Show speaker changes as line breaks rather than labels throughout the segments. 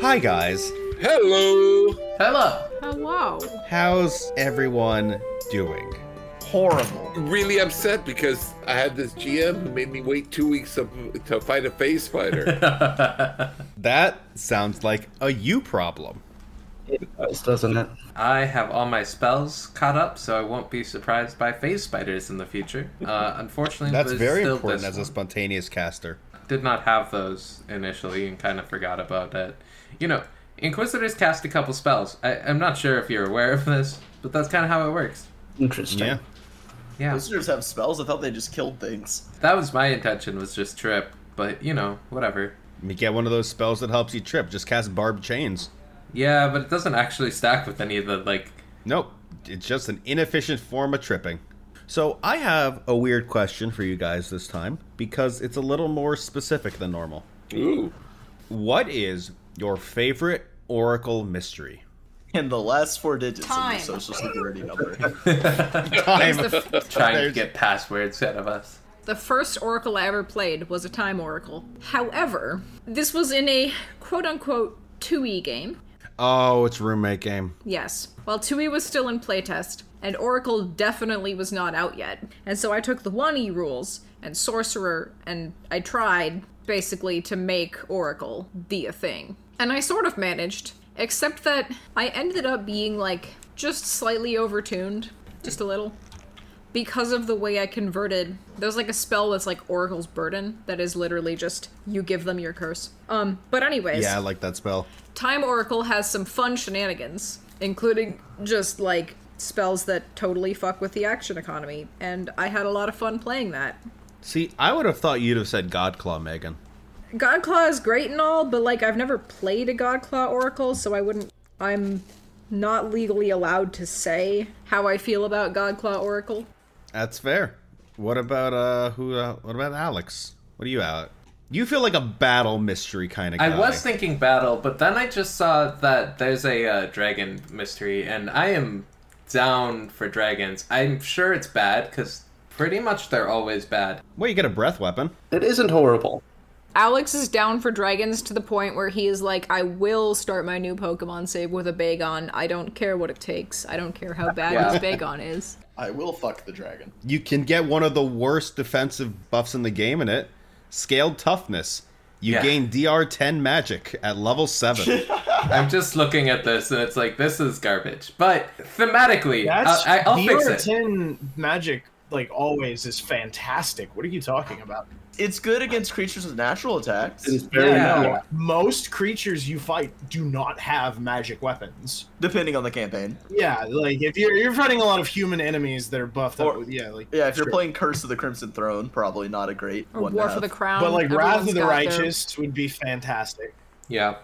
Hi, guys.
Hello.
Hello.
Hello.
How's everyone doing?
Horrible.
Really upset because I had this GM who made me wait two weeks of, to fight a phase fighter.
That sounds like a you problem.
This doesn't it?
I have all my spells caught up, so I won't be surprised by phase spiders in the future. Uh, unfortunately,
That's
there's
very
still
important
this
as a spontaneous caster.
one. did not have those initially and kind of forgot about it. You know, Inquisitors cast a couple spells. I, I'm not sure if you're aware of this, but that's kind of how it works.
Interesting.
Yeah.
Yeah,
Inquisitors have spells. I thought they just killed things.
that was my intention was just trip, but you know, whatever.
You get one of those spells that helps you trip. Just cast Barb Chains.
Yeah, but it doesn't actually stack with any of the like.
Nope. It's just an inefficient form of tripping. So I have a weird question for you guys this time because it's a little more specific than normal.
Ooh.
What is your favorite oracle mystery?
And the last four digits
Time.
of your social security number.
Time.
Oh,
trying
There's-
to get passwords out of us.
The first Oracle I ever played was a time Oracle. However, this was in a quote unquote 2E game.
Oh, it's roommate game.
Yes. While 2E was still in playtest, and Oracle definitely was not out yet. And so I took the 1E rules and Sorcerer, and I tried basically to make Oracle the a thing. And I sort of managed, except that I ended up being like just slightly overtuned, just a little. because of the way I converted, there's like a spell that's like Oracle's Burden that is literally just you give them your curse. Um, but anyways,
Yeah, I like that spell.
Time Oracle has some fun shenanigans, including just like spells that totally fuck with the action economy, and I had a lot of fun playing that.
See, I would have thought you'd have said Godclaw, Megan.
Godclaw is great and all, but like I've never played a Godclaw Oracle, so I wouldn't. I'm not legally allowed to say how I feel about Godclaw Oracle.
That's fair. What about uh who uh, what about Alex? What are you out? You feel like a battle mystery kind of guy.
I was thinking battle, but then I just saw that there's a uh, dragon mystery, and I am down for dragons. I'm sure it's bad because pretty much they're always bad.
Well, you get a breath weapon.
It isn't horrible.
Alex is down for dragons to the point where he is like, I will start my new Pokemon save with a Bagon. I don't care what it takes. I don't care how bad
Yeah.
his Bagon is.
I will fuck the dragon.
You can get one of the worst defensive buffs in the game in it. Scaled toughness. You
Yeah.
gain DR 10 magic at level 7.
I'm just looking at this, and it's like this is garbage. But thematically,
That's
I, I, I'll
DR
fix it.
10 magic like always is fantastic. What are you talking about?
It's good against creatures with natural attacks.
It's very
Yeah.
normal.
Most creatures you fight do not have magic weapons.
Depending on the campaign.
Yeah, like if you're you're fighting a lot of human enemies that are buffed up
Or-
with yeah, like
Yeah, if you're
sure.
playing Curse of the Crimson Throne, probably not a great
Or
one. to
War for
have.
the Crown.
But like Wrath
everyone's
of the
got their-
Righteous would be fantastic.
Yeah.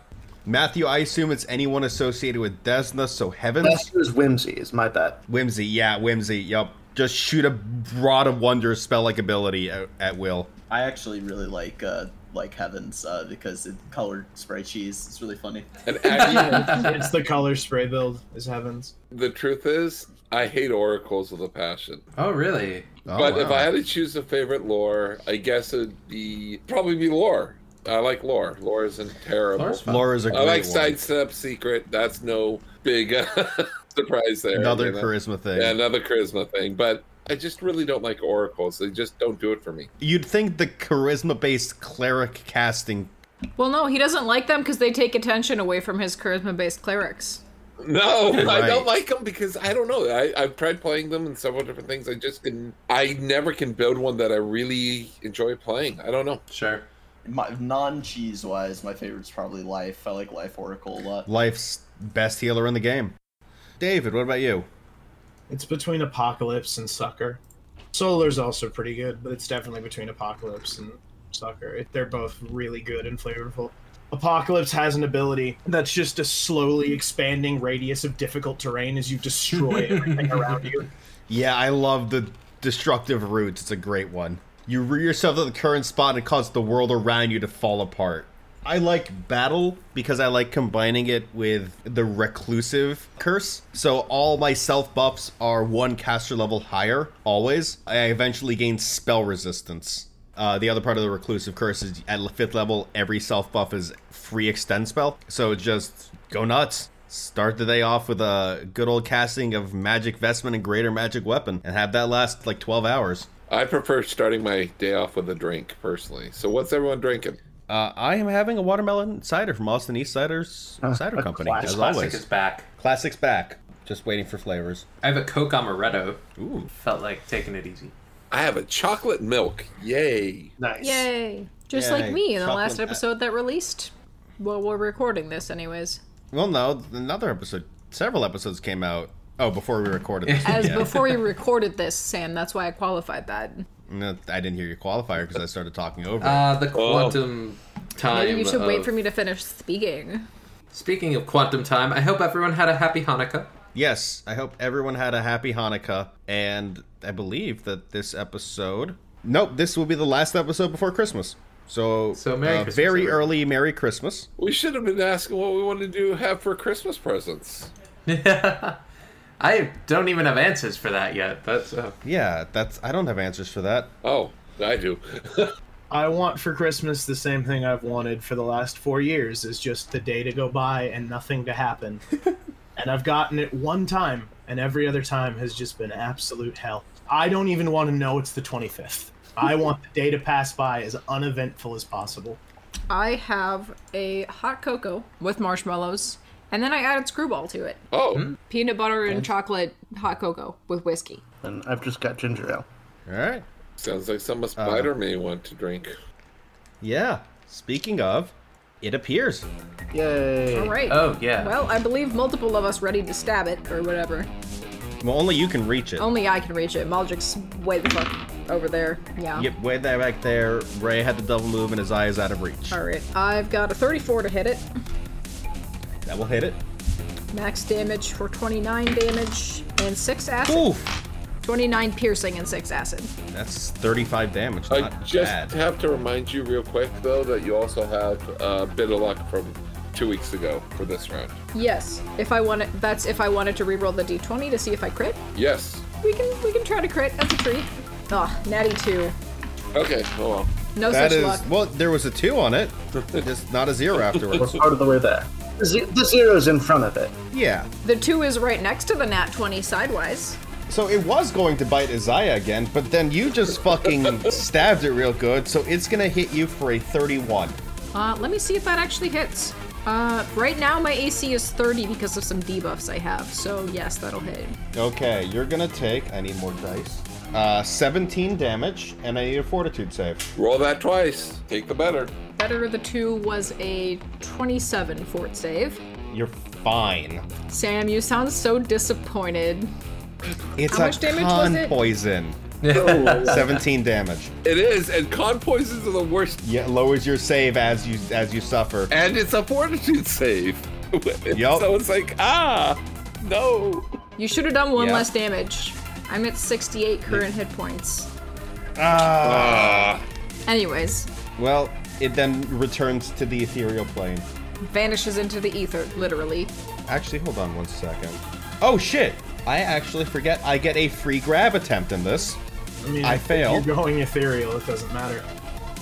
Matthew, I assume it's anyone associated with Desna, so heavens.
Master's whimsy is my bet.
Whimsy, yeah, whimsy. Yup. Just shoot a rod of wonder spell like ability at, at will.
I actually really like uh, like Heavens uh, because it colored spray cheese. It's really funny.
And actually,
it's the color spray build is heavens.
the truth is, I hate oracles with a passion.
Oh, really?
Oh,
but if
wow.
I had to choose a favorite lore, I guess it'd be probably be lore. I like lore. Lore isn't terrible.
Lore's fun.
Laura's a great
I like
one.
sidestep secret. That's no big uh, surprise there.
Another
you know?
charisma thing.
Yeah, another charisma thing. But I just really don't like oracles. They just don't do it for me.
You'd think the charisma-based cleric casting.
Well, no, he doesn't like them because they take attention away from his charisma based clerics.
No, I
Right.
don't like them because I don't know. I, I've tried playing them in several different things. I just can. I never can build one that I really enjoy playing. I don't know.
Sure.
My, non-cheese wise, my favorite's probably Life. I like Life Oracle a lot.
Life's best healer in the game. David, what about you?
It's between Apocalypse and Sucker. Solar's also pretty good, but it's definitely between Apocalypse and Sucker. It- They're both really good and flavorful. Apocalypse has an ability that's just a slowly expanding radius of difficult terrain as you destroy everything around you.
Yeah, I love the destructive roots. It's a great one. You rear yourself to the current spot and it causes the world around you to fall apart. I like battle because I like combining it with the reclusive curse. So all my self buffs are one caster level higher always. I eventually gain spell resistance. Uh, the other part of the reclusive curse is at le- fifth level, every self buff is free extend spell. So just go nuts. Start the day off with a good old casting of magic vestment and greater magic weapon, and have that last like twelve hours.
I prefer starting my day off with a drink personally. So what's everyone drinking?
Uh, I am having a watermelon cider from Austin East Ciders
Uh,
Cider
a
Company,
classic.
as
Classic
always.
is back.
Classics back. Just waiting for flavors.
I have a Coke amaretto.
Ooh.
Felt like taking it easy.
I have a chocolate milk. Yay.
Nice.
Yay. Just
Yay,
like me in the
chocolate
last
a-
episode that released. Well, we're recording this, anyways.
Well, no, another episode. Several episodes came out. Oh, before we recorded this.
As
yeah.
before we recorded this, Sam, that's why I qualified that.
No, I didn't hear your qualifier because I started talking over. it.
Uh, the
Oh.
quantum time.
Maybe you should wait
of-
for me to finish speaking.
Speaking of quantum time, I hope everyone had a happy Hanukkah.
Yes, I hope everyone had a happy Hanukkah, and I believe that this episode. Nope, this will be the last episode before Christmas. So, uh,
So Merry Christmas,
very
everyone.
early Merry Christmas.
We should have been asking what we wanted to have for Christmas presents.
I don't even have answers for that yet. That's uh,
Yeah, that's. I don't have answers for that.
Oh, I do.
I want for Christmas the same thing I've wanted for the last four years is just the day to go by and nothing to happen. and I've gotten it one time, and every other time has just been absolute hell. I don't even want to know it's the 25th. I want the day to pass by as uneventful as possible.
I have a hot cocoa with marshmallows, and then I added screwball to it.
Oh,
Peanut butter and chocolate hot cocoa with whiskey.
And I've just got ginger ale.
All right.
sounds like some spider may want to drink.
Yeah. Speaking of, it appears.
Yay!
All right.
oh yeah.
Well, I believe multiple of us ready to stab it or whatever.
Well, only you can reach it.
Only I can reach it. Maldrick's way the fuck over there. Yeah.
Yep, way there back there. Ray had the double move, and his eye is out of reach.
All right. I've got a 34 to hit it.
That will hit it.
Max damage for 29 damage and 6 acid.
Oof.
29 piercing and 6 acid.
That's 35 damage.
I
Not
just
bad.
have to remind you real quick though that you also have a bit of luck from two weeks ago for this round.
Yes. If I wanted that's if I wanted to reroll the d20 to see if I crit.
Yes.
We can we can try to crit as a treat. Ah, natty 2.
Okay. Oh well.
No
That
such
is
luck.
well. There was a two on it, just not a zero
We're
afterwards.
part of the way there. The ze- The zero's in front of it.
yeah.
The 2 is right next to the nat 20 sidewise.
So it was going to bite Isaiah again, but then you just fucking stabbed it real good. So it's gonna hit you for a 31.
Uh, let me see if that actually hits. Uh, right now my AC is 30 because of some debuffs I have. So yes, that'll hit.
Okay, you're gonna take. I need more dice. Uh, 17 damage, and I need a fortitude save.
Roll that twice. Take the better.
Better of the 2 was a 27 fort save.
You're fine.
Sam, you sound so disappointed.
It's
How
a
much damage was
con
it?
poison. 17 damage.
It is, and con poisons are the worst.
Yeah, lowers your save as you as you suffer.
And it's a fortitude save.
Yup.
So it's like ah, no.
You should have done one
Yeah.
less damage. I'm at 68 current hit points.
Ah.
Ah.
Anyways,
Well, it then returns to the ethereal plane.
vanishes into the ether, literally.
Actually, hold on one second. Oh shit! I actually forget I get a free grab attempt in this.
I mean,
I
if
failed.
You're going ethereal, it doesn't matter.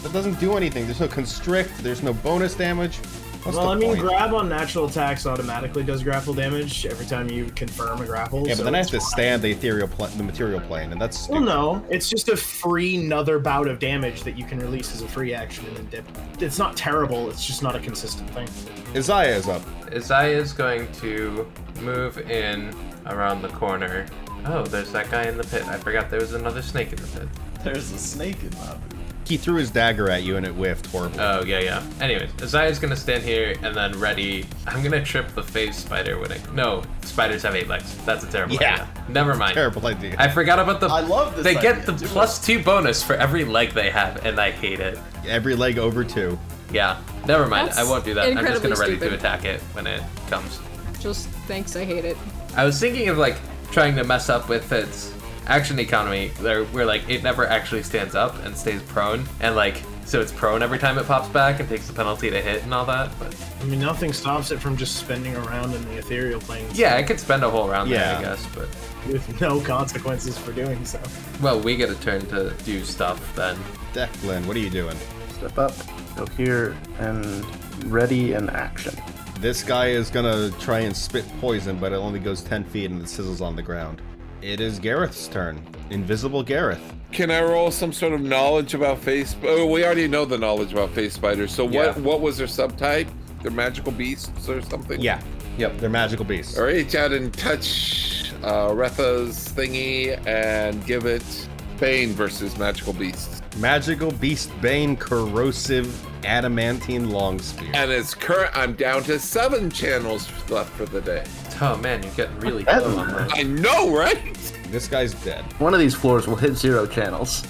That doesn't do anything. There's no constrict, there's no bonus damage. What's
well,
the
I mean,
point?
grab on natural attacks automatically does grapple damage every time you confirm a grapple.
yeah, but
so
then I have
it's
to
fine.
stand the ethereal pla the material plane, and that's
Well,
stupid.
no, it's just a free another bout of damage that you can release as a free action and then dip. It's not terrible. It's just not a consistent thing.
Isaiah is up.
Isaiah is going to move in around the corner. Oh, there's that guy in the pit. I forgot there was another snake in the pit.
There's a snake in my boot.
He threw his dagger at you and it whiffed horribly.
Oh, yeah, yeah. Anyways, Isaiah's gonna stand here and then ready. I'm gonna trip the phase spider when I. No, spiders have eight legs. That's a terrible
Yeah.
idea. Never mind.
Terrible idea.
I forgot about the.
I love this
They get
idea,
the
dude.
plus two bonus for every leg they have, and I hate it.
Every leg over two.
Yeah, never mind.
That's
I won't do that. I'm just
incredibly
gonna ready to
stupid.
attack it when it comes.
Just thanks, I hate it.
I was thinking of like trying to mess up with its action economy, there where like it never actually stands up and stays prone, and like so it's prone every time it pops back and takes the penalty to hit and all that. But
I mean, nothing stops it from just spinning around in the ethereal plane.
yeah, I could spend a whole round there,
Yeah.
I guess. But
with no consequences for doing so.
Well, we get a turn to do stuff then.
Declan, what are you doing?
Step up, go here, and ready in action.
This guy is gonna try and spit poison, but it only goes 10 feet and it sizzles on the ground. It is Gareth's turn. Invisible Gareth.
Can I roll some sort of knowledge about face? Oh, we already know the knowledge about face spiders. So what?
Yeah.
What was their subtype? They're magical beasts or something.
Yeah. Yep, they're magical beasts.
All right, reach out and touch uh, Retha's thingy and give it Bane versus magical beasts,
Magical Beast Bane Corrosive Adamantine Long Spear.
and it's current. I'm down to seven channels left for the day.
Oh man, you're getting really low on that.
I know, right?
This guy's dead.
One of these floors will hit zero channels.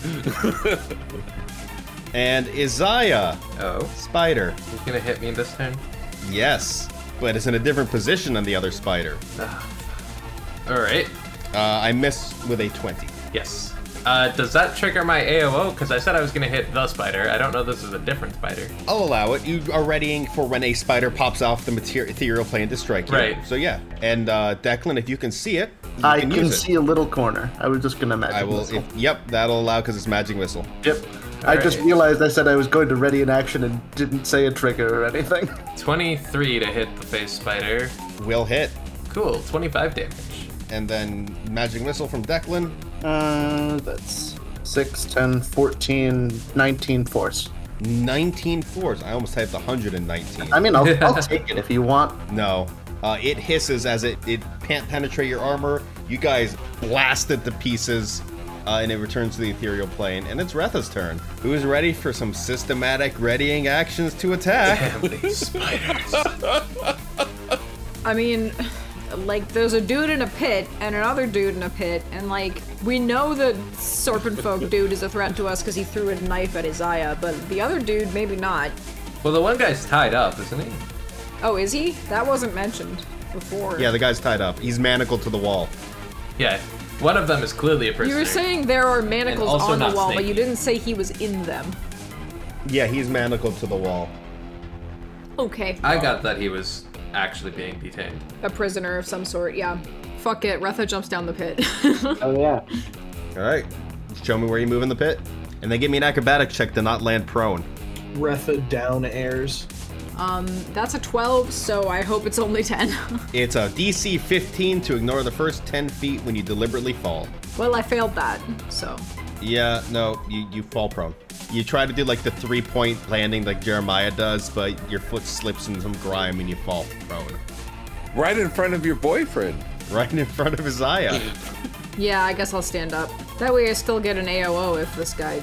And Isaiah,
Oh,
spider.
he's gonna hit me this turn.
Yes, but it's in a different position than the other spider.
All right.
Uh, I miss with a 20.
Yes. Uh, does that trigger my AOO? Because I said I was gonna hit the spider. I don't know. This is a different spider.
I'll allow it. You are readying for when a spider pops off the mater- ethereal plane to strike you.
Right.
So yeah, and uh, Declan, if you can see it, you
I
can,
can,
use
see
it.
a little corner. I was just gonna magic
I will.
missile.
If, yep, that'll allow because it's magic missile.
Yep. I just
Alright.
realized I said I was going to ready in action and didn't say a trigger or anything.
23 to hit the face spider.
Will hit,
Cool. 25 damage.
and then magic missile from Declan.
Uh, that's 6, 10, 14, 19 force.
19 fours. I almost typed 119.
I mean, I'll, I'll take it if you want.
No. Uh, it hisses as it, it can't penetrate your armor. You guys blast it to pieces, uh, and it returns to the ethereal plane. And it's Retha's turn, who is ready for some systematic readying actions to attack.
Damn these spiders.
I mean, like, there's a dude in a pit and another dude in a pit, and like, we know the serpent folk dude is a threat to us because he threw a knife at Isaiah, but the other dude, maybe not.
Well, the one guy's tied up, isn't he?
Oh, is he? That wasn't mentioned before.
yeah, the guy's tied up. He's manacled to the wall.
Yeah. One of them is clearly a prisoner.
You were saying there are manacles
also
on the
not
wall, but
snaky.
you didn't say he was in them.
Yeah, he's manacled to the wall.
Okay.
I got that he was actually being detained.
A prisoner of some sort, yeah. Fuck it, Retha jumps down the pit.
Oh, yeah.
All right. Show me where you move in the pit. And then give me an acrobatic check to not land prone.
Retha down airs.
um, that's a 12, so I hope it's only 10.
It's a DC 15 to ignore the first 10 feet when you deliberately fall.
well, I failed that, so.
Yeah, no, you, you fall prone. You try to do like the three point landing like Jeremiah does, but your foot slips in some grime and you fall prone.
Right in front of your boyfriend.
Right in front of Isaiah.
Yeah, I guess I'll stand up. That way I still get an AOO if this guy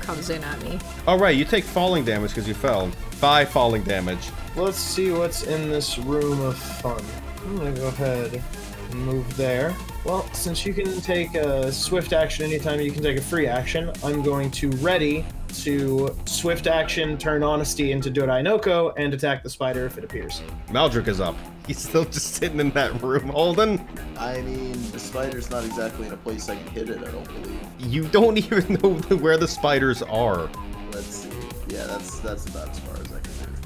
comes in at me.
Alright, you take falling damage because you fell. Five falling damage.
Let's see what's in this room of fun. I'm gonna go ahead and move there. Well, since you can take a swift action anytime you can take a free action, I'm going to ready to swift action, turn honesty into Dodai Noko, and attack the spider if it appears.
Maldrick is up. He's still just sitting in that room holding.
I mean, the spider's not exactly in a place I can hit it. I don't believe.
You don't even know where the spiders are.
Let's see. Yeah, that's that's about as far as I can move.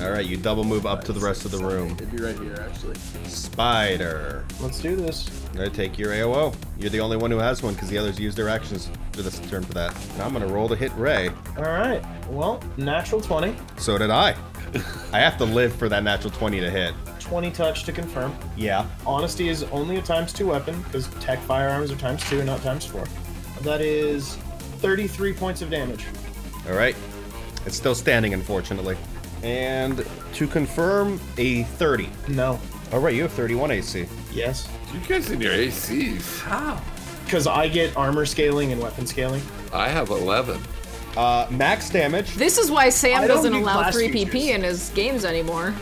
Alright, you double move up to the rest of the room.
It'd be right here, actually.
Spider.
Let's do this.
I take your AOO. You're the only one who has one because the others used their actions for this turn for that. And I'm gonna roll to hit Ray.
All right. Well, natural 20.
So did I. I have to live for that natural 20 to hit.
20 touch to confirm.
Yeah.
Honesty is only a times two weapon because tech firearms are times two, not times four. That is 33 points of damage.
All right. It's still standing, unfortunately. And to confirm, a 30.
No.
All Oh, right, you have 31 AC.
Yes.
You guys in your ACs.
How?
Because I get armor scaling and weapon scaling.
I have eleven.
Uh, max damage.
This is why
I
Sam
don't
doesn't
do
allow
class
3 PP
features.
in his games anymore.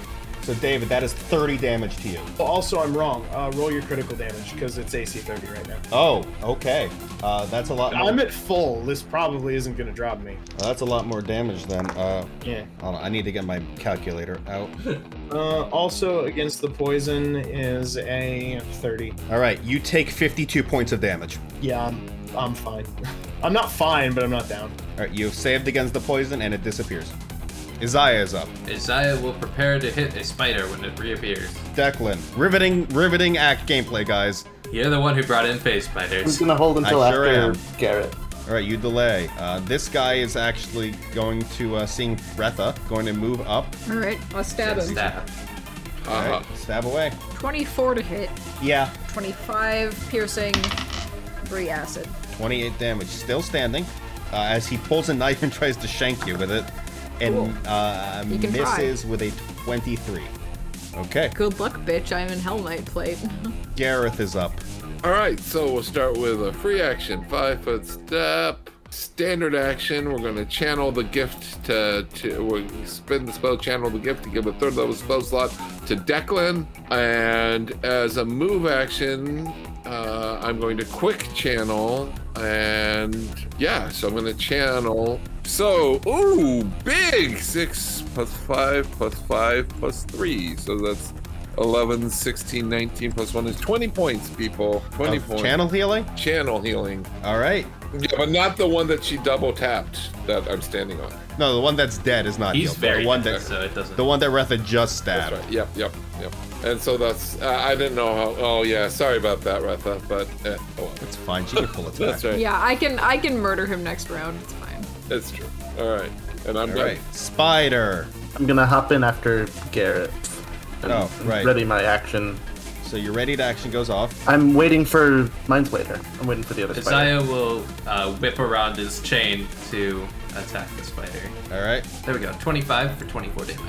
So, David, that is 30 damage to you.
But also, I'm wrong. Uh, roll your critical damage because it's AC 30 right now.
Oh, okay. Uh, that's a lot. More, Uh,
I'm at full. This probably isn't going to drop me.
that's a lot more damage than. Uh,
Yeah.
hold on, I need to get my calculator out.
Uh, also, against the poison is a 30.
All right, you take 52 points of damage.
Yeah, I'm, I'm fine. I'm not fine, but I'm not down.
All right, you have saved against the poison, and it disappears. Isaiah is up.
Isaiah will prepare to hit a spider when it reappears.
Declan, riveting, riveting act gameplay, guys.
You're the one who brought in face
Who's
binders.
gonna hold until
I sure
after
am.
Garrett?
All right, you delay. Uh, this guy is actually going to, uh, seeing Retha, going to move up.
All right, I'll stab him.
Stab.
All
Uh-huh.
right, stab away.
24 to hit,
Yeah.
25 piercing, 3 acid.
28 damage. Still standing uh, as he pulls a knife and tries to shank you with it, and
Cool.
uh,
You can try.
misses with a 23. Okay,
Good luck, bitch. I'm in Hell Knight plate.
Gareth is up. Uh,
All right, so we'll start with a free action, five foot step, standard action. We're going to channel the gift to, to we spin the spell, channel the gift to give a third level spell slot to Declan. And as a move action, uh, I'm going to quick channel. And yeah, so I'm going to channel. So, ooh, big six plus five plus five plus three. So that's 11, 16, 19 plus 1 is 20 points, people. 20
Of
points.
channel healing.
Channel healing.
All right.
Yeah, but not the one that she double tapped that I'm standing on.
No, the one that's dead is not
He's
healed.
very
the one
dead,
that
so it doesn't.
the one that Retha just
That's
stabbed.
right. Yep, yep, yep. And so that's, uh, I didn't know how, oh yeah, sorry about that, Retha, but eh, oh well.
It's fine. She can pull attack.
That's right.
yeah, I can I can murder him next round. It's fine.
That's true. All right. And I'm
All
done.
right. Spider.
I'm gonna hop in after Garrett. And
Oh, right.
Ready my action.
So your ready to action goes off.
I'm waiting for mine's later. I'm waiting for the other spider.
Isaiah will uh, whip around his chain to attack the spider.
All right.
There we go. 25 for 24 damage.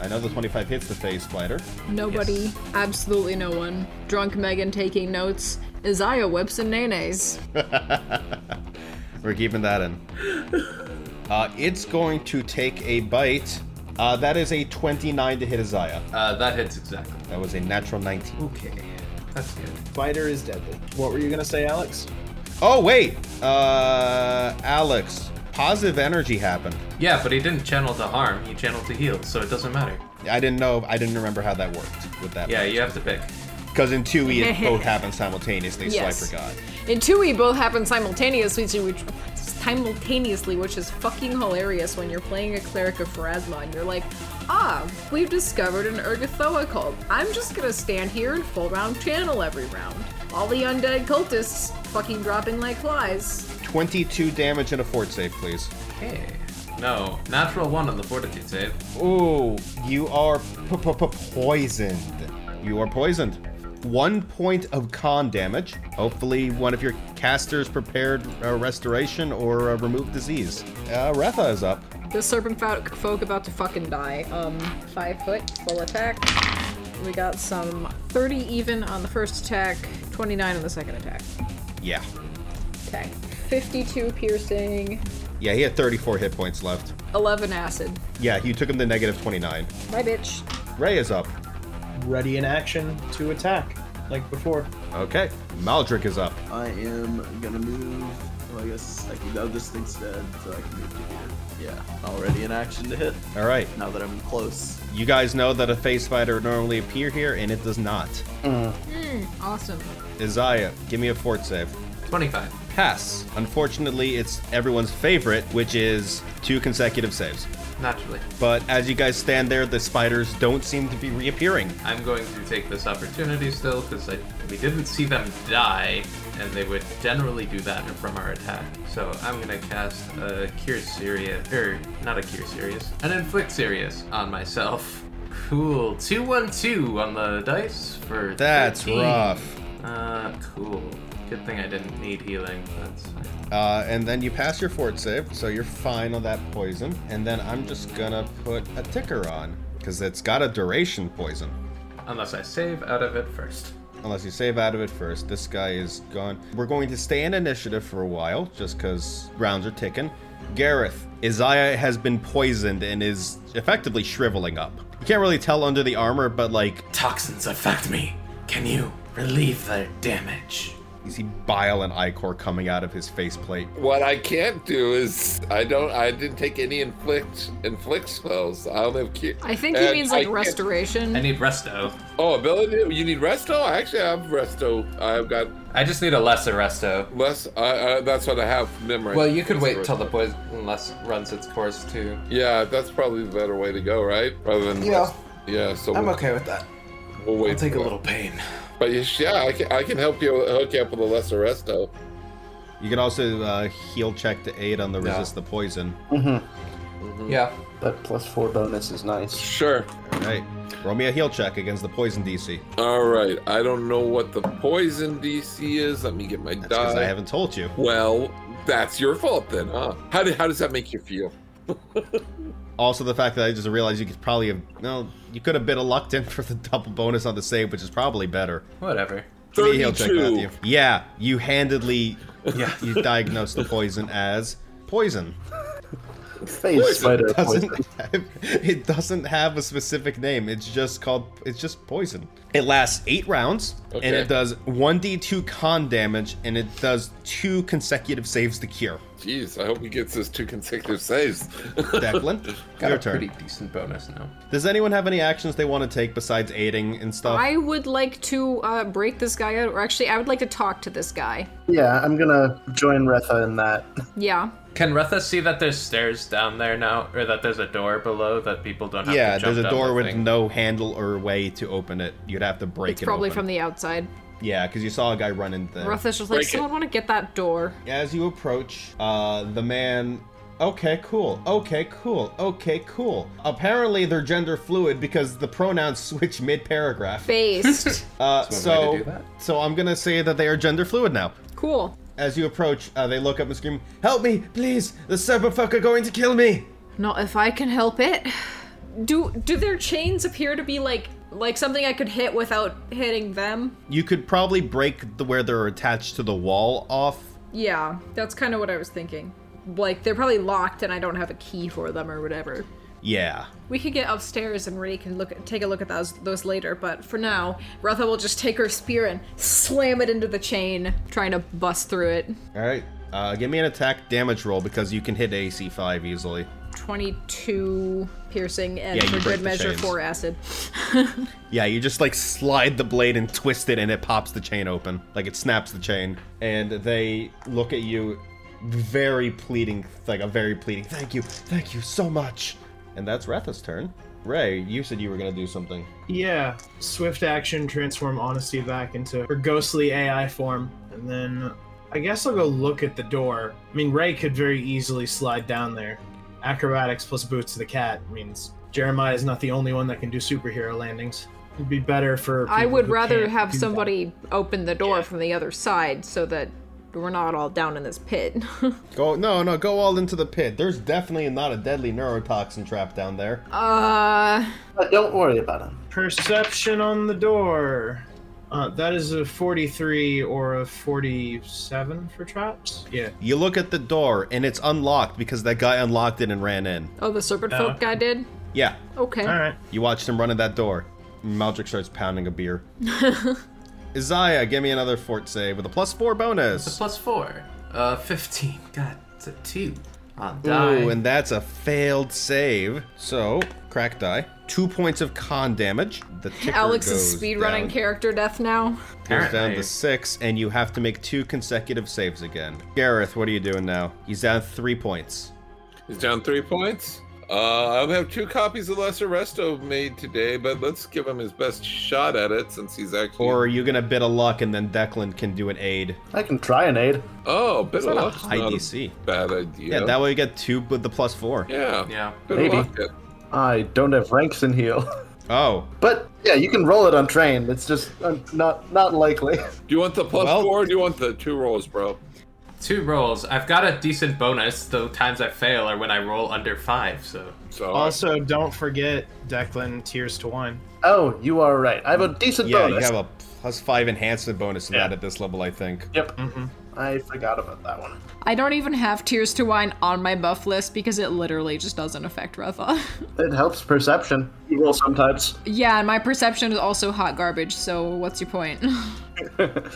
I know the 25 hits the face, Spider.
Nobody,
Yes.
absolutely no one. Drunk Megan taking notes. Isaiah whips and nays.
We're keeping that in. Uh, it's going to take a bite. Uh, that is a 29 to hit Isaiah.
Uh, that hits exactly.
That was a natural 19.
Okay. That's good.
Spider is deadly. What were you gonna say, Alex?
Oh wait, uh, Alex, positive energy happened.
Yeah, but he didn't channel to harm. He channeled to heal, so it doesn't matter.
I didn't know. I didn't remember how that worked with that.
Yeah, you have to pick.
Because in two E, it both happened simultaneously,
Yes.
so I forgot.
And Tui both happen simultaneously, which simultaneously, which is fucking hilarious when you're playing a cleric of Pharasma and you're like, ah, we've discovered an Ergothoa cult. I'm just gonna stand here and full round channel every round. All the undead cultists fucking dropping like flies.
Twenty-two damage and a fort save, please.
Okay. No, natural one on the fortitude save.
Ooh, you are p- p- p- poisoned. You are poisoned. One point of con damage. Hopefully, one of your casters prepared uh, restoration or uh, remove disease. Uh, Retha is up.
The serpent fo- folk about to fucking die. Um, five foot, full attack. We got some 30 even on the first attack, 29 on the second attack.
Yeah,
Okay. 52 piercing,
yeah. He had 34 hit points left.
11 acid.
Yeah, you took him to negative 29.
My bitch.
Ray is up.
Ready in action to attack, like before.
Okay. Maldrick is up.
I am gonna move. Well, I guess I can. Oh, this thing's dead, so I can move to here. Yeah, already in action to hit.
All right.
Now that I'm close.
You guys know that a face fighter would normally appear here, and it does not.
Awesome.
Isaiah, give me a fort save.
25.
Pass. Unfortunately, it's everyone's favorite, which is two consecutive saves.
Naturally.
But as you guys stand there, the spiders don't seem to be reappearing.
I'm going to take this opportunity still because we didn't see them die, and they would generally do that from our attack. So I'm going to cast a Cure Serious, or not a Cure Serious, an Inflict Serious on myself. Cool. 212 on the dice for.
That's
13.
rough.
Uh, cool. Good thing I didn't need healing. That's fine.
Uh, and then you pass your fort save, so you're fine on that poison. And then I'm just gonna put a ticker on, because it's got a duration poison.
Unless I save out of it first.
Unless you save out of it first. This guy is gone. We're going to stay in initiative for a while, just because rounds are ticking. Gareth, Isaiah has been poisoned and is effectively shriveling up. You can't really tell under the armor, but like,
Toxins affect me. Can you relieve their damage?
you see bile and ichor coming out of his faceplate.
What I can't do is I don't I didn't take any inflict inflict spells. I only have cure.
I think he
and
means
I
like
can't-
restoration.
I need resto.
Oh, ability. You need resto. I actually have resto. I've got
I just need a lesser resto.
less. I, I, that's what I have memory.
Well, you could wait till the poison less runs its course too.
Yeah, that's probably the better way to go, right? Rather than
Yeah.
yeah. So
I'm
we'll,
okay with that.
we'll wait. for that.
pain.
But you- yeah, I can, I can help you hook you up with a lesser resto.
You can also uh, heal check to aid on the
Yeah.
resist the poison.
Yeah.
That plus four bonus is nice.
Sure.
All right, roll me a heal check against the poison DC.
All right. I don't know what the poison DC is. Let me get my
That's because
die.
I haven't told you.
Well, that's your fault then, huh? How, do, how does that make you feel?
Also, the fact that I just realized you could probably have no, you could have been lucked in for the double bonus on the save, which is probably better.
Whatever.
Give me a heal check,
32.
Matthew. Yeah, you handedly,
Yeah.
you diagnosed the poison as poison.
Phase spider
doesn't
poison.
have, it doesn't have a specific name. It's just called it's just poison. It lasts eight rounds and
Okay.
it does one d two con damage and it does two consecutive saves to cure.
Jeez, I hope he gets his two consecutive saves.
Declan,
Got
your
a
turn.
pretty decent bonus now.
Does anyone have any actions they want to take besides aiding and stuff?
I would like to uh, break this guy out, or actually, I would like to talk to this guy.
Yeah, I'm gonna join Retha in that.
Yeah.
Can Retha see that there's stairs down there now, or that there's a door below that people don't have
yeah,
to jump
there's a
down
door
the
with
thing?
no handle or way to open it. You'd have to break
It's
it.
probably
open.
from the outside.
yeah, because you saw a guy run into there.
Rutha's just like,
Break it.
someone want to get that door.
As you approach, uh, the man. Okay, cool. Okay, cool. Okay, cool. Apparently, they're gender fluid because the pronouns switch mid paragraph.
Based.
Uh,
That's one way to do
so,
that.
so I'm gonna say that they are gender fluid now.
cool.
As you approach, uh, they look up and scream, "Help me, please! The serpent fucker going to kill me!"
Not if I can help it. Do do their chains appear to be like like something I could hit without hitting them?
You could probably break the where they're attached to the wall off.
Yeah, that's kind of what I was thinking. Like they're probably locked and I don't have a key for them or whatever.
Yeah.
We could get upstairs and Ray can look take a look at those those later, but for now, Retha will just take her spear and slam it into the chain, trying to bust through it.
All right. Uh, give me an attack damage roll because you can hit AC five easily.
22 piercing and
Yeah, you
for
break
good
the
measure
chains.
4 acid.
Yeah, you just like slide the blade and twist it, and it pops the chain open. Like it snaps the chain, and they look at you, very pleading, like a very pleading. Thank you, thank you so much. And that's Ratha's turn. Ray, you said you were gonna do something.
Yeah. Swift action, transform Honesty back into her ghostly AI form. And then I guess I'll go look at the door. I mean, Ray could very easily slide down there. Acrobatics plus Boots of the Cat means Jeremiah is not the only one that can do superhero landings. It'd be better for.
I
people
would
who
rather
can't
have
do that.
somebody open the door
Yeah.
from the other side so that we're not all down in this pit.
Go no no go all into the pit. There's definitely not a deadly neurotoxin trap down there.
uh,
But don't worry about him.
Perception on the door. Uh, that is a 43 or a 47 for traps. Yeah.
You look at the door and it's unlocked because that guy unlocked it and ran in.
oh, the serpent
No.
folk guy did?
Yeah,
Okay.
All right.
you watched him run at that door. Maldrick starts pounding a beer. Isaiah, give me another fort save with a plus four bonus.
It's plus four. Uh, 15. God, it's a two. On die.
Ooh, and that's a failed save. So, crack die. Two points of con damage. The ticker
Alex
goes
is speedrunning
down,
character death now.
goes down to
Apparently.
six, and you have to make two consecutive saves again. Gareth, what are you doing now? He's down three points.
He's down three points. Uh, I'll have two copies of Lesser Resto made today, but let's give him his best shot at it since he's actually.
Or are you gonna bit a luck and then Declan can do an aid?
I can try an aid.
oh, bit of
not a
luck's
high
not
DC.
a bad idea.
Yeah, that way you get two with the plus four.
Yeah.
Yeah.
Bit
Maybe.
of luck. it.
I don't have ranks in heal.
Oh,
But yeah, you can roll it untrained. It's just uh, not not likely.
Do you want the plus
Well-
four? Or do you want the two rolls, bro?
Two rolls. I've got a decent bonus. The times I fail are when I roll under five, so.
So
Also, don't forget Declan Tears to Wine.
Oh, you are right. I have a decent
yeah, you
bonus.
have a plus five enhancement bonus to
Yeah.
that at this level, I think.
Yep.
Mm-hmm.
I forgot about that one.
I don't even have Tears to Wine on my buff list because it literally just doesn't affect Retha.
It helps perception. You roll sometimes.
yeah, and my perception is also hot garbage, so what's your point?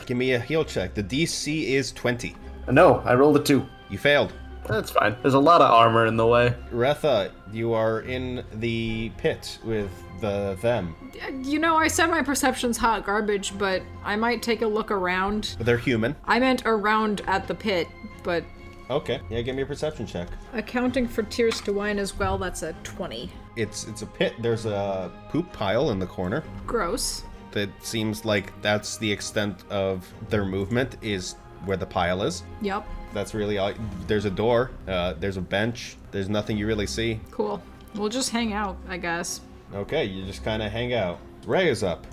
Give me a heal check. The DC is 20.
No, I rolled a two.
You failed.
That's fine. There's a lot of armor in the way.
Retha, you are in the pit with the them.
you know, I said my perception's hot garbage, but I might take a look around.
They're human.
I meant around at the pit, but
Okay. Yeah, give me a perception check.
accounting for Tears to Wine as well, that's a 20.
It's it's a pit. There's a poop pile in the corner.
Gross.
that seems like that's the extent of their movement is where the pile is.
Yep.
That's really all. There's a door. Uh, there's a bench. There's nothing you really see.
Cool. We'll just hang out, I guess.
Okay, you just kind of hang out. Ray is up.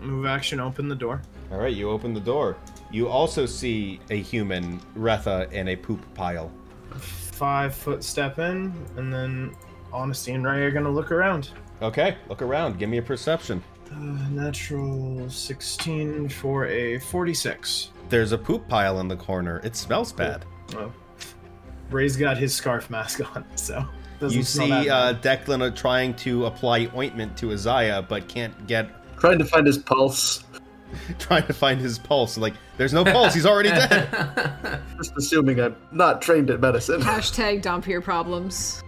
Move action, open the door.
All right, you open the door. You also see a human, Retha, in a poop pile.
Five foot step in, and then Honesty and Ray are gonna look around.
Okay, look around. Give me a perception.
Uh, natural 16 for a 46.
There's a poop pile in the corner. It smells bad.
Well, Ray's got his scarf mask on, so doesn't
You
smell
see
that
uh, Declan uh, trying to apply ointment to Isaiah, but can't get
Trying to find his pulse.
trying to find his pulse. Like, there's no pulse. He's already dead.
Just assuming I'm not trained at medicine.
Hashtag dump here problems.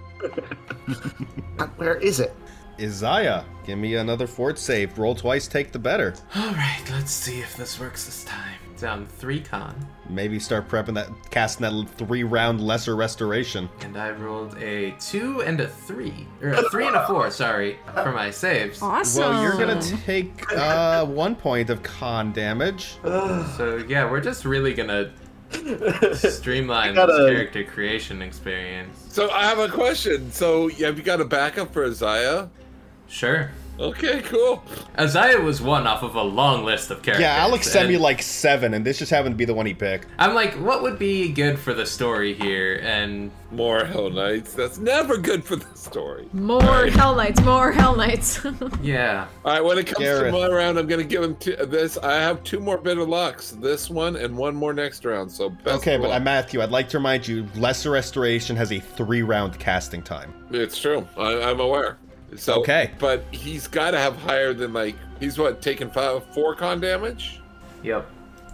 Where is it?
Isaiah, give me another fort save. Roll twice, take the better.
All right, let's see if this works this time. Down three con,
Maybe start prepping that, casting that three round lesser restoration.
and I rolled a two and a three, or a three and a four. Sorry for my saves.
Awesome.
Well, you're gonna take uh, one point of con damage.
So yeah, we're just really gonna streamline
gotta-
this character creation experience.
So I have a question. So have you got a backup for Isaiah?
Sure.
Okay, cool.
Isaiah was one off of a long list of characters.
Yeah, Alex sent me
and
like seven, and this just happened to be the one he picked.
I'm like, what would be good for the story here? And
More Hell Knights. That's never good for the story.
more Hell Knights, more Hell Knights.
yeah,
All right, when it comes
Gareth.
to my round, I'm going to give him t- this. I have two more bit of lucks. This one and one more next round. So best
Okay,
of
but
luck.
I'm Matthew. I'd like to remind you, lesser restoration has a three round casting time.
It's true. I, I'm aware. So
Okay.
but he's got to have higher than like he's what taking five four con damage.
yep.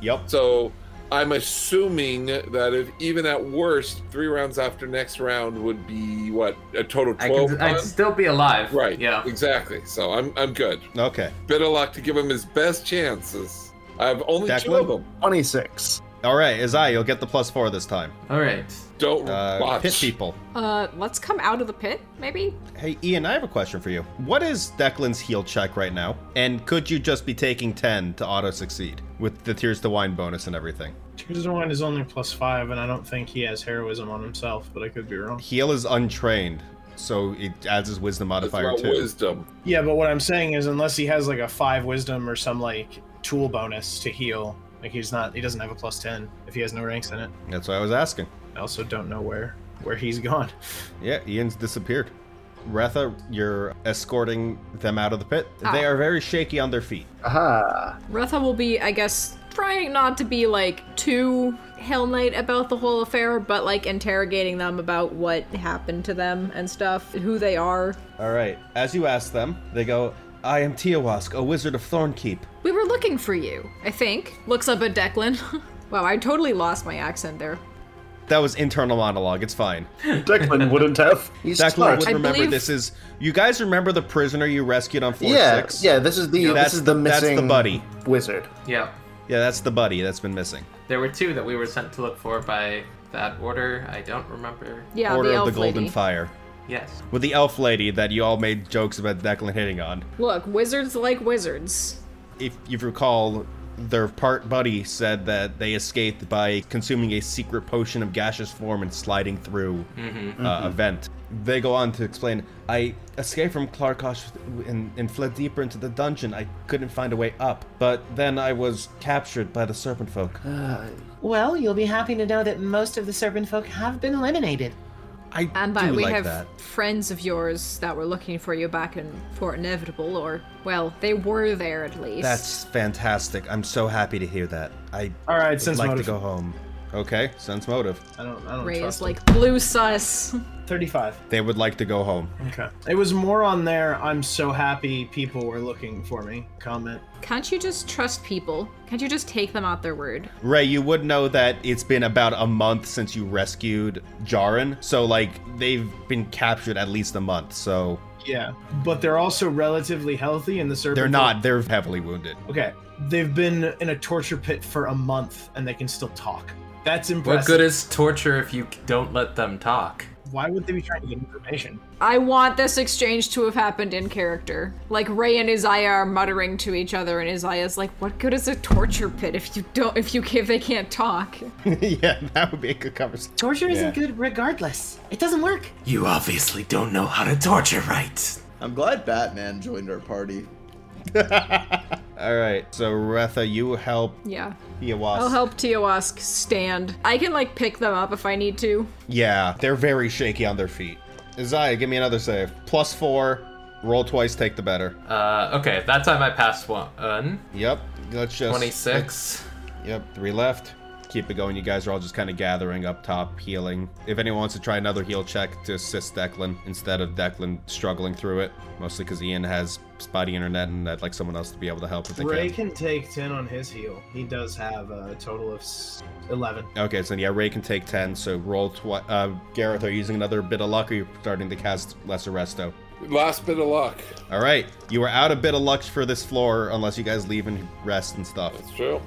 Yep.
So I'm assuming that if even at worst three rounds after next round would be what a total
I
twelve.
can, I'd
con?
still be alive.
right.
Yeah.
Exactly. So I'm I'm good.
Okay.
Bit of luck to give him his best chances. I have only two of
Declan?
them.
26.
All right, Isaiah, you'll get the plus four this time.
All right.
Don't
Uh,
watch.
pit people.
uh, let's come out of the pit, maybe?
Hey, Ian, I have a question for you. What is Declan's heal check right now? And could you just be taking 10 to auto succeed with the Tears to Wine bonus and everything?
Tears of Wine is only plus five, and I don't think he has heroism on himself, but I could be wrong.
Heal is untrained, so it adds his wisdom
That's
modifier
about
too.
wisdom.
Yeah, but what I'm saying is, unless he has like a five wisdom or some like tool bonus to heal, like he's not, he doesn't have a plus ten if he has no ranks in it.
That's what I was asking.
I also don't know where where he's gone.
Yeah, Ian's disappeared. Retha, you're escorting them out of the pit.
Ah.
They are very shaky on their feet.
Aha.
Retha will be, I guess, trying not to be like too Hell Knight about the whole affair, but like interrogating them about what happened to them and stuff, who they are.
All right. As you ask them, they go, "I am Tiawask, a wizard of Thornkeep."
We were looking for you, I think. Looks up at Declan. wow, I totally lost my accent there.
That was internal monologue. It's fine.
Declan wouldn't have. He's
Declan
smart.
would
I
remember
believe-
this is. You guys remember the prisoner you rescued on floor
yeah,
six?
yeah. This is the
that's-
this is the
that's the
missing
buddy.
wizard.
Yep.
Yeah, that's the buddy that's been missing.
There were two that we were sent to look for by that order. I don't remember.
Yeah,
Order
the
of
elf
the Golden
lady.
Fire
Yes.
with the elf lady that you all made jokes about Declan hitting on.
Look, wizards like wizards.
If you recall, their part buddy said that they escaped by consuming a secret potion of gaseous form and sliding through uh, a vent. They go on to explain, I escaped from Clarkosh and, and fled deeper into the dungeon. I couldn't find a way up, but then I was captured by the serpent folk.
Well, you'll be happy to know that most of the serpent folk have been eliminated.
I
And by
do
we
like
have
that.
friends of yours that were looking for you back in Fort Inevitable, or well, they were there at least.
That's fantastic. I'm so happy to hear that. I
All right,
would
sense
like
motive.
to go home. Okay, sense motive.
I don't, I don't
Ray
trust
is
him.
like blue sus.
thirty-five.
They would like to go home.
Okay. It was more on there. I'm so happy people were looking for me. Comment.
Can't you just trust people? Can't you just take them at their word?
Ray, you would know that it's been about a month since you rescued Jaren, so like they've been captured at least a month. So
Yeah, but they're also relatively healthy, and the serpent.
they're not. They're heavily wounded.
Okay, they've been in a torture pit for a month, and they can still talk. That's
What
impressive.
good is torture if you don't let them talk?
Why would they be trying to get information?
I want this exchange to have happened in character. Like Ray and Isaiah are muttering to each other, and Isaiah's like, "What good is a torture pit if you don't if you if they can't talk?"
yeah, that would be a good conversation.
Torture isn't
Yeah.
good regardless. It doesn't work.
You obviously don't know how to torture right.
I'm glad Batman joined our party.
All right, so Retha, you help
Yeah,
Iawas.
I'll help Tiowask stand. I can like pick them up if I need to.
Yeah, they're very shaky on their feet. Isaiah, give me another save. Plus four. Roll twice, take the better.
Uh, okay, that time I passed one.
Yep. Let's just.
26.
Yep, three left. Keep it going. You guys are all just kind of gathering up top, healing. If anyone wants to try another heal check to assist Declan instead of Declan struggling through it, mostly because Ian has spotty internet and I'd like someone else to be able to help if they
Ray
can.
can take 10 on his heel. He does have a total of s- 11.
Okay, so yeah, Ray can take 10, so roll twice. Uh, Gareth, are you using another bit of luck or are you starting to cast Lesser Resto?
Last bit of luck.
All right, you are out a bit of luck for this floor unless you guys leave and rest and stuff.
That's true.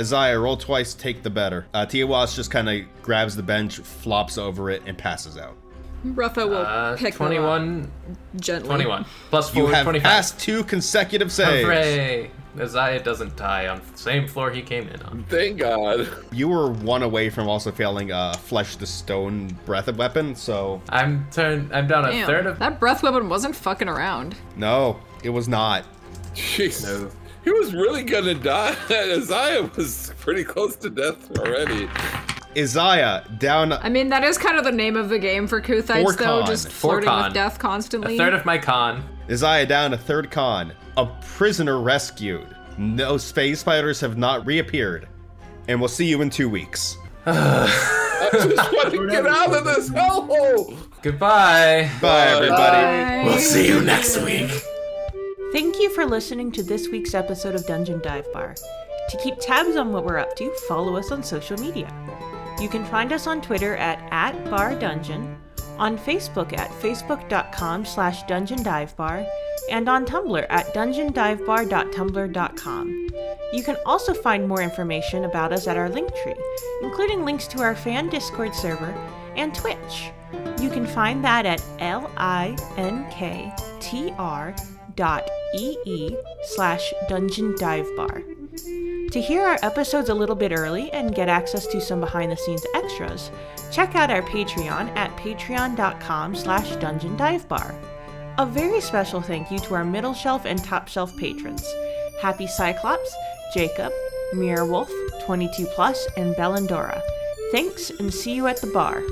Isaiah, roll twice, take the better. Uh, Tiawas just kind of grabs the bench, flops over it, and passes out.
Rutha will
Uh,
pick them up
21.
gently.
21. Plus 4,
You have
25.
passed two consecutive saves.
Hooray! Isaiah doesn't die on the same floor he came in on.
Thank God.
You were one away from also failing uh, Flesh the Stone Breath of Weapon, so
I'm turn. I'm down a
Damn,
third of.
that breath weapon wasn't fucking around.
no, it was not.
Jeez. He was really gonna die. Isaiah was pretty close to death already.
Isaiah, down.
I mean, that is kind of the name of the game for Kuthites, though,
Forcon.
just flirting
Forcon.
with death constantly.
A third of my con.
Isaiah down a third con. A prisoner rescued. No space fighters have not reappeared. And we'll see you in two weeks.
I just want to get out of this hellhole.
Goodbye.
Bye, everybody.
Bye.
We'll see you next week.
Thank you for listening to this week's episode of Dungeon Dive Bar. To keep tabs on what we're up to, follow us on social media. You can find us on Twitter at, at @bardungeon, on Facebook at facebook.com slash dungeon dive bar, and on Tumblr at dungeondivebar.tumblr.com. You can also find more information about us at our Linktree, including links to our fan Discord server and Twitch. You can find that at linktr dot ee slash dungeon dive bar. To hear our episodes a little bit early and get access to some behind the scenes extras, check out our Patreon at patreon.com slash dungeon dive bar. A very special thank you to our middle shelf and top shelf patrons Happy Cyclops, Jacob, Mirror Wolf, 22 Plus, and Bellandora. Thanks and see you at the bar.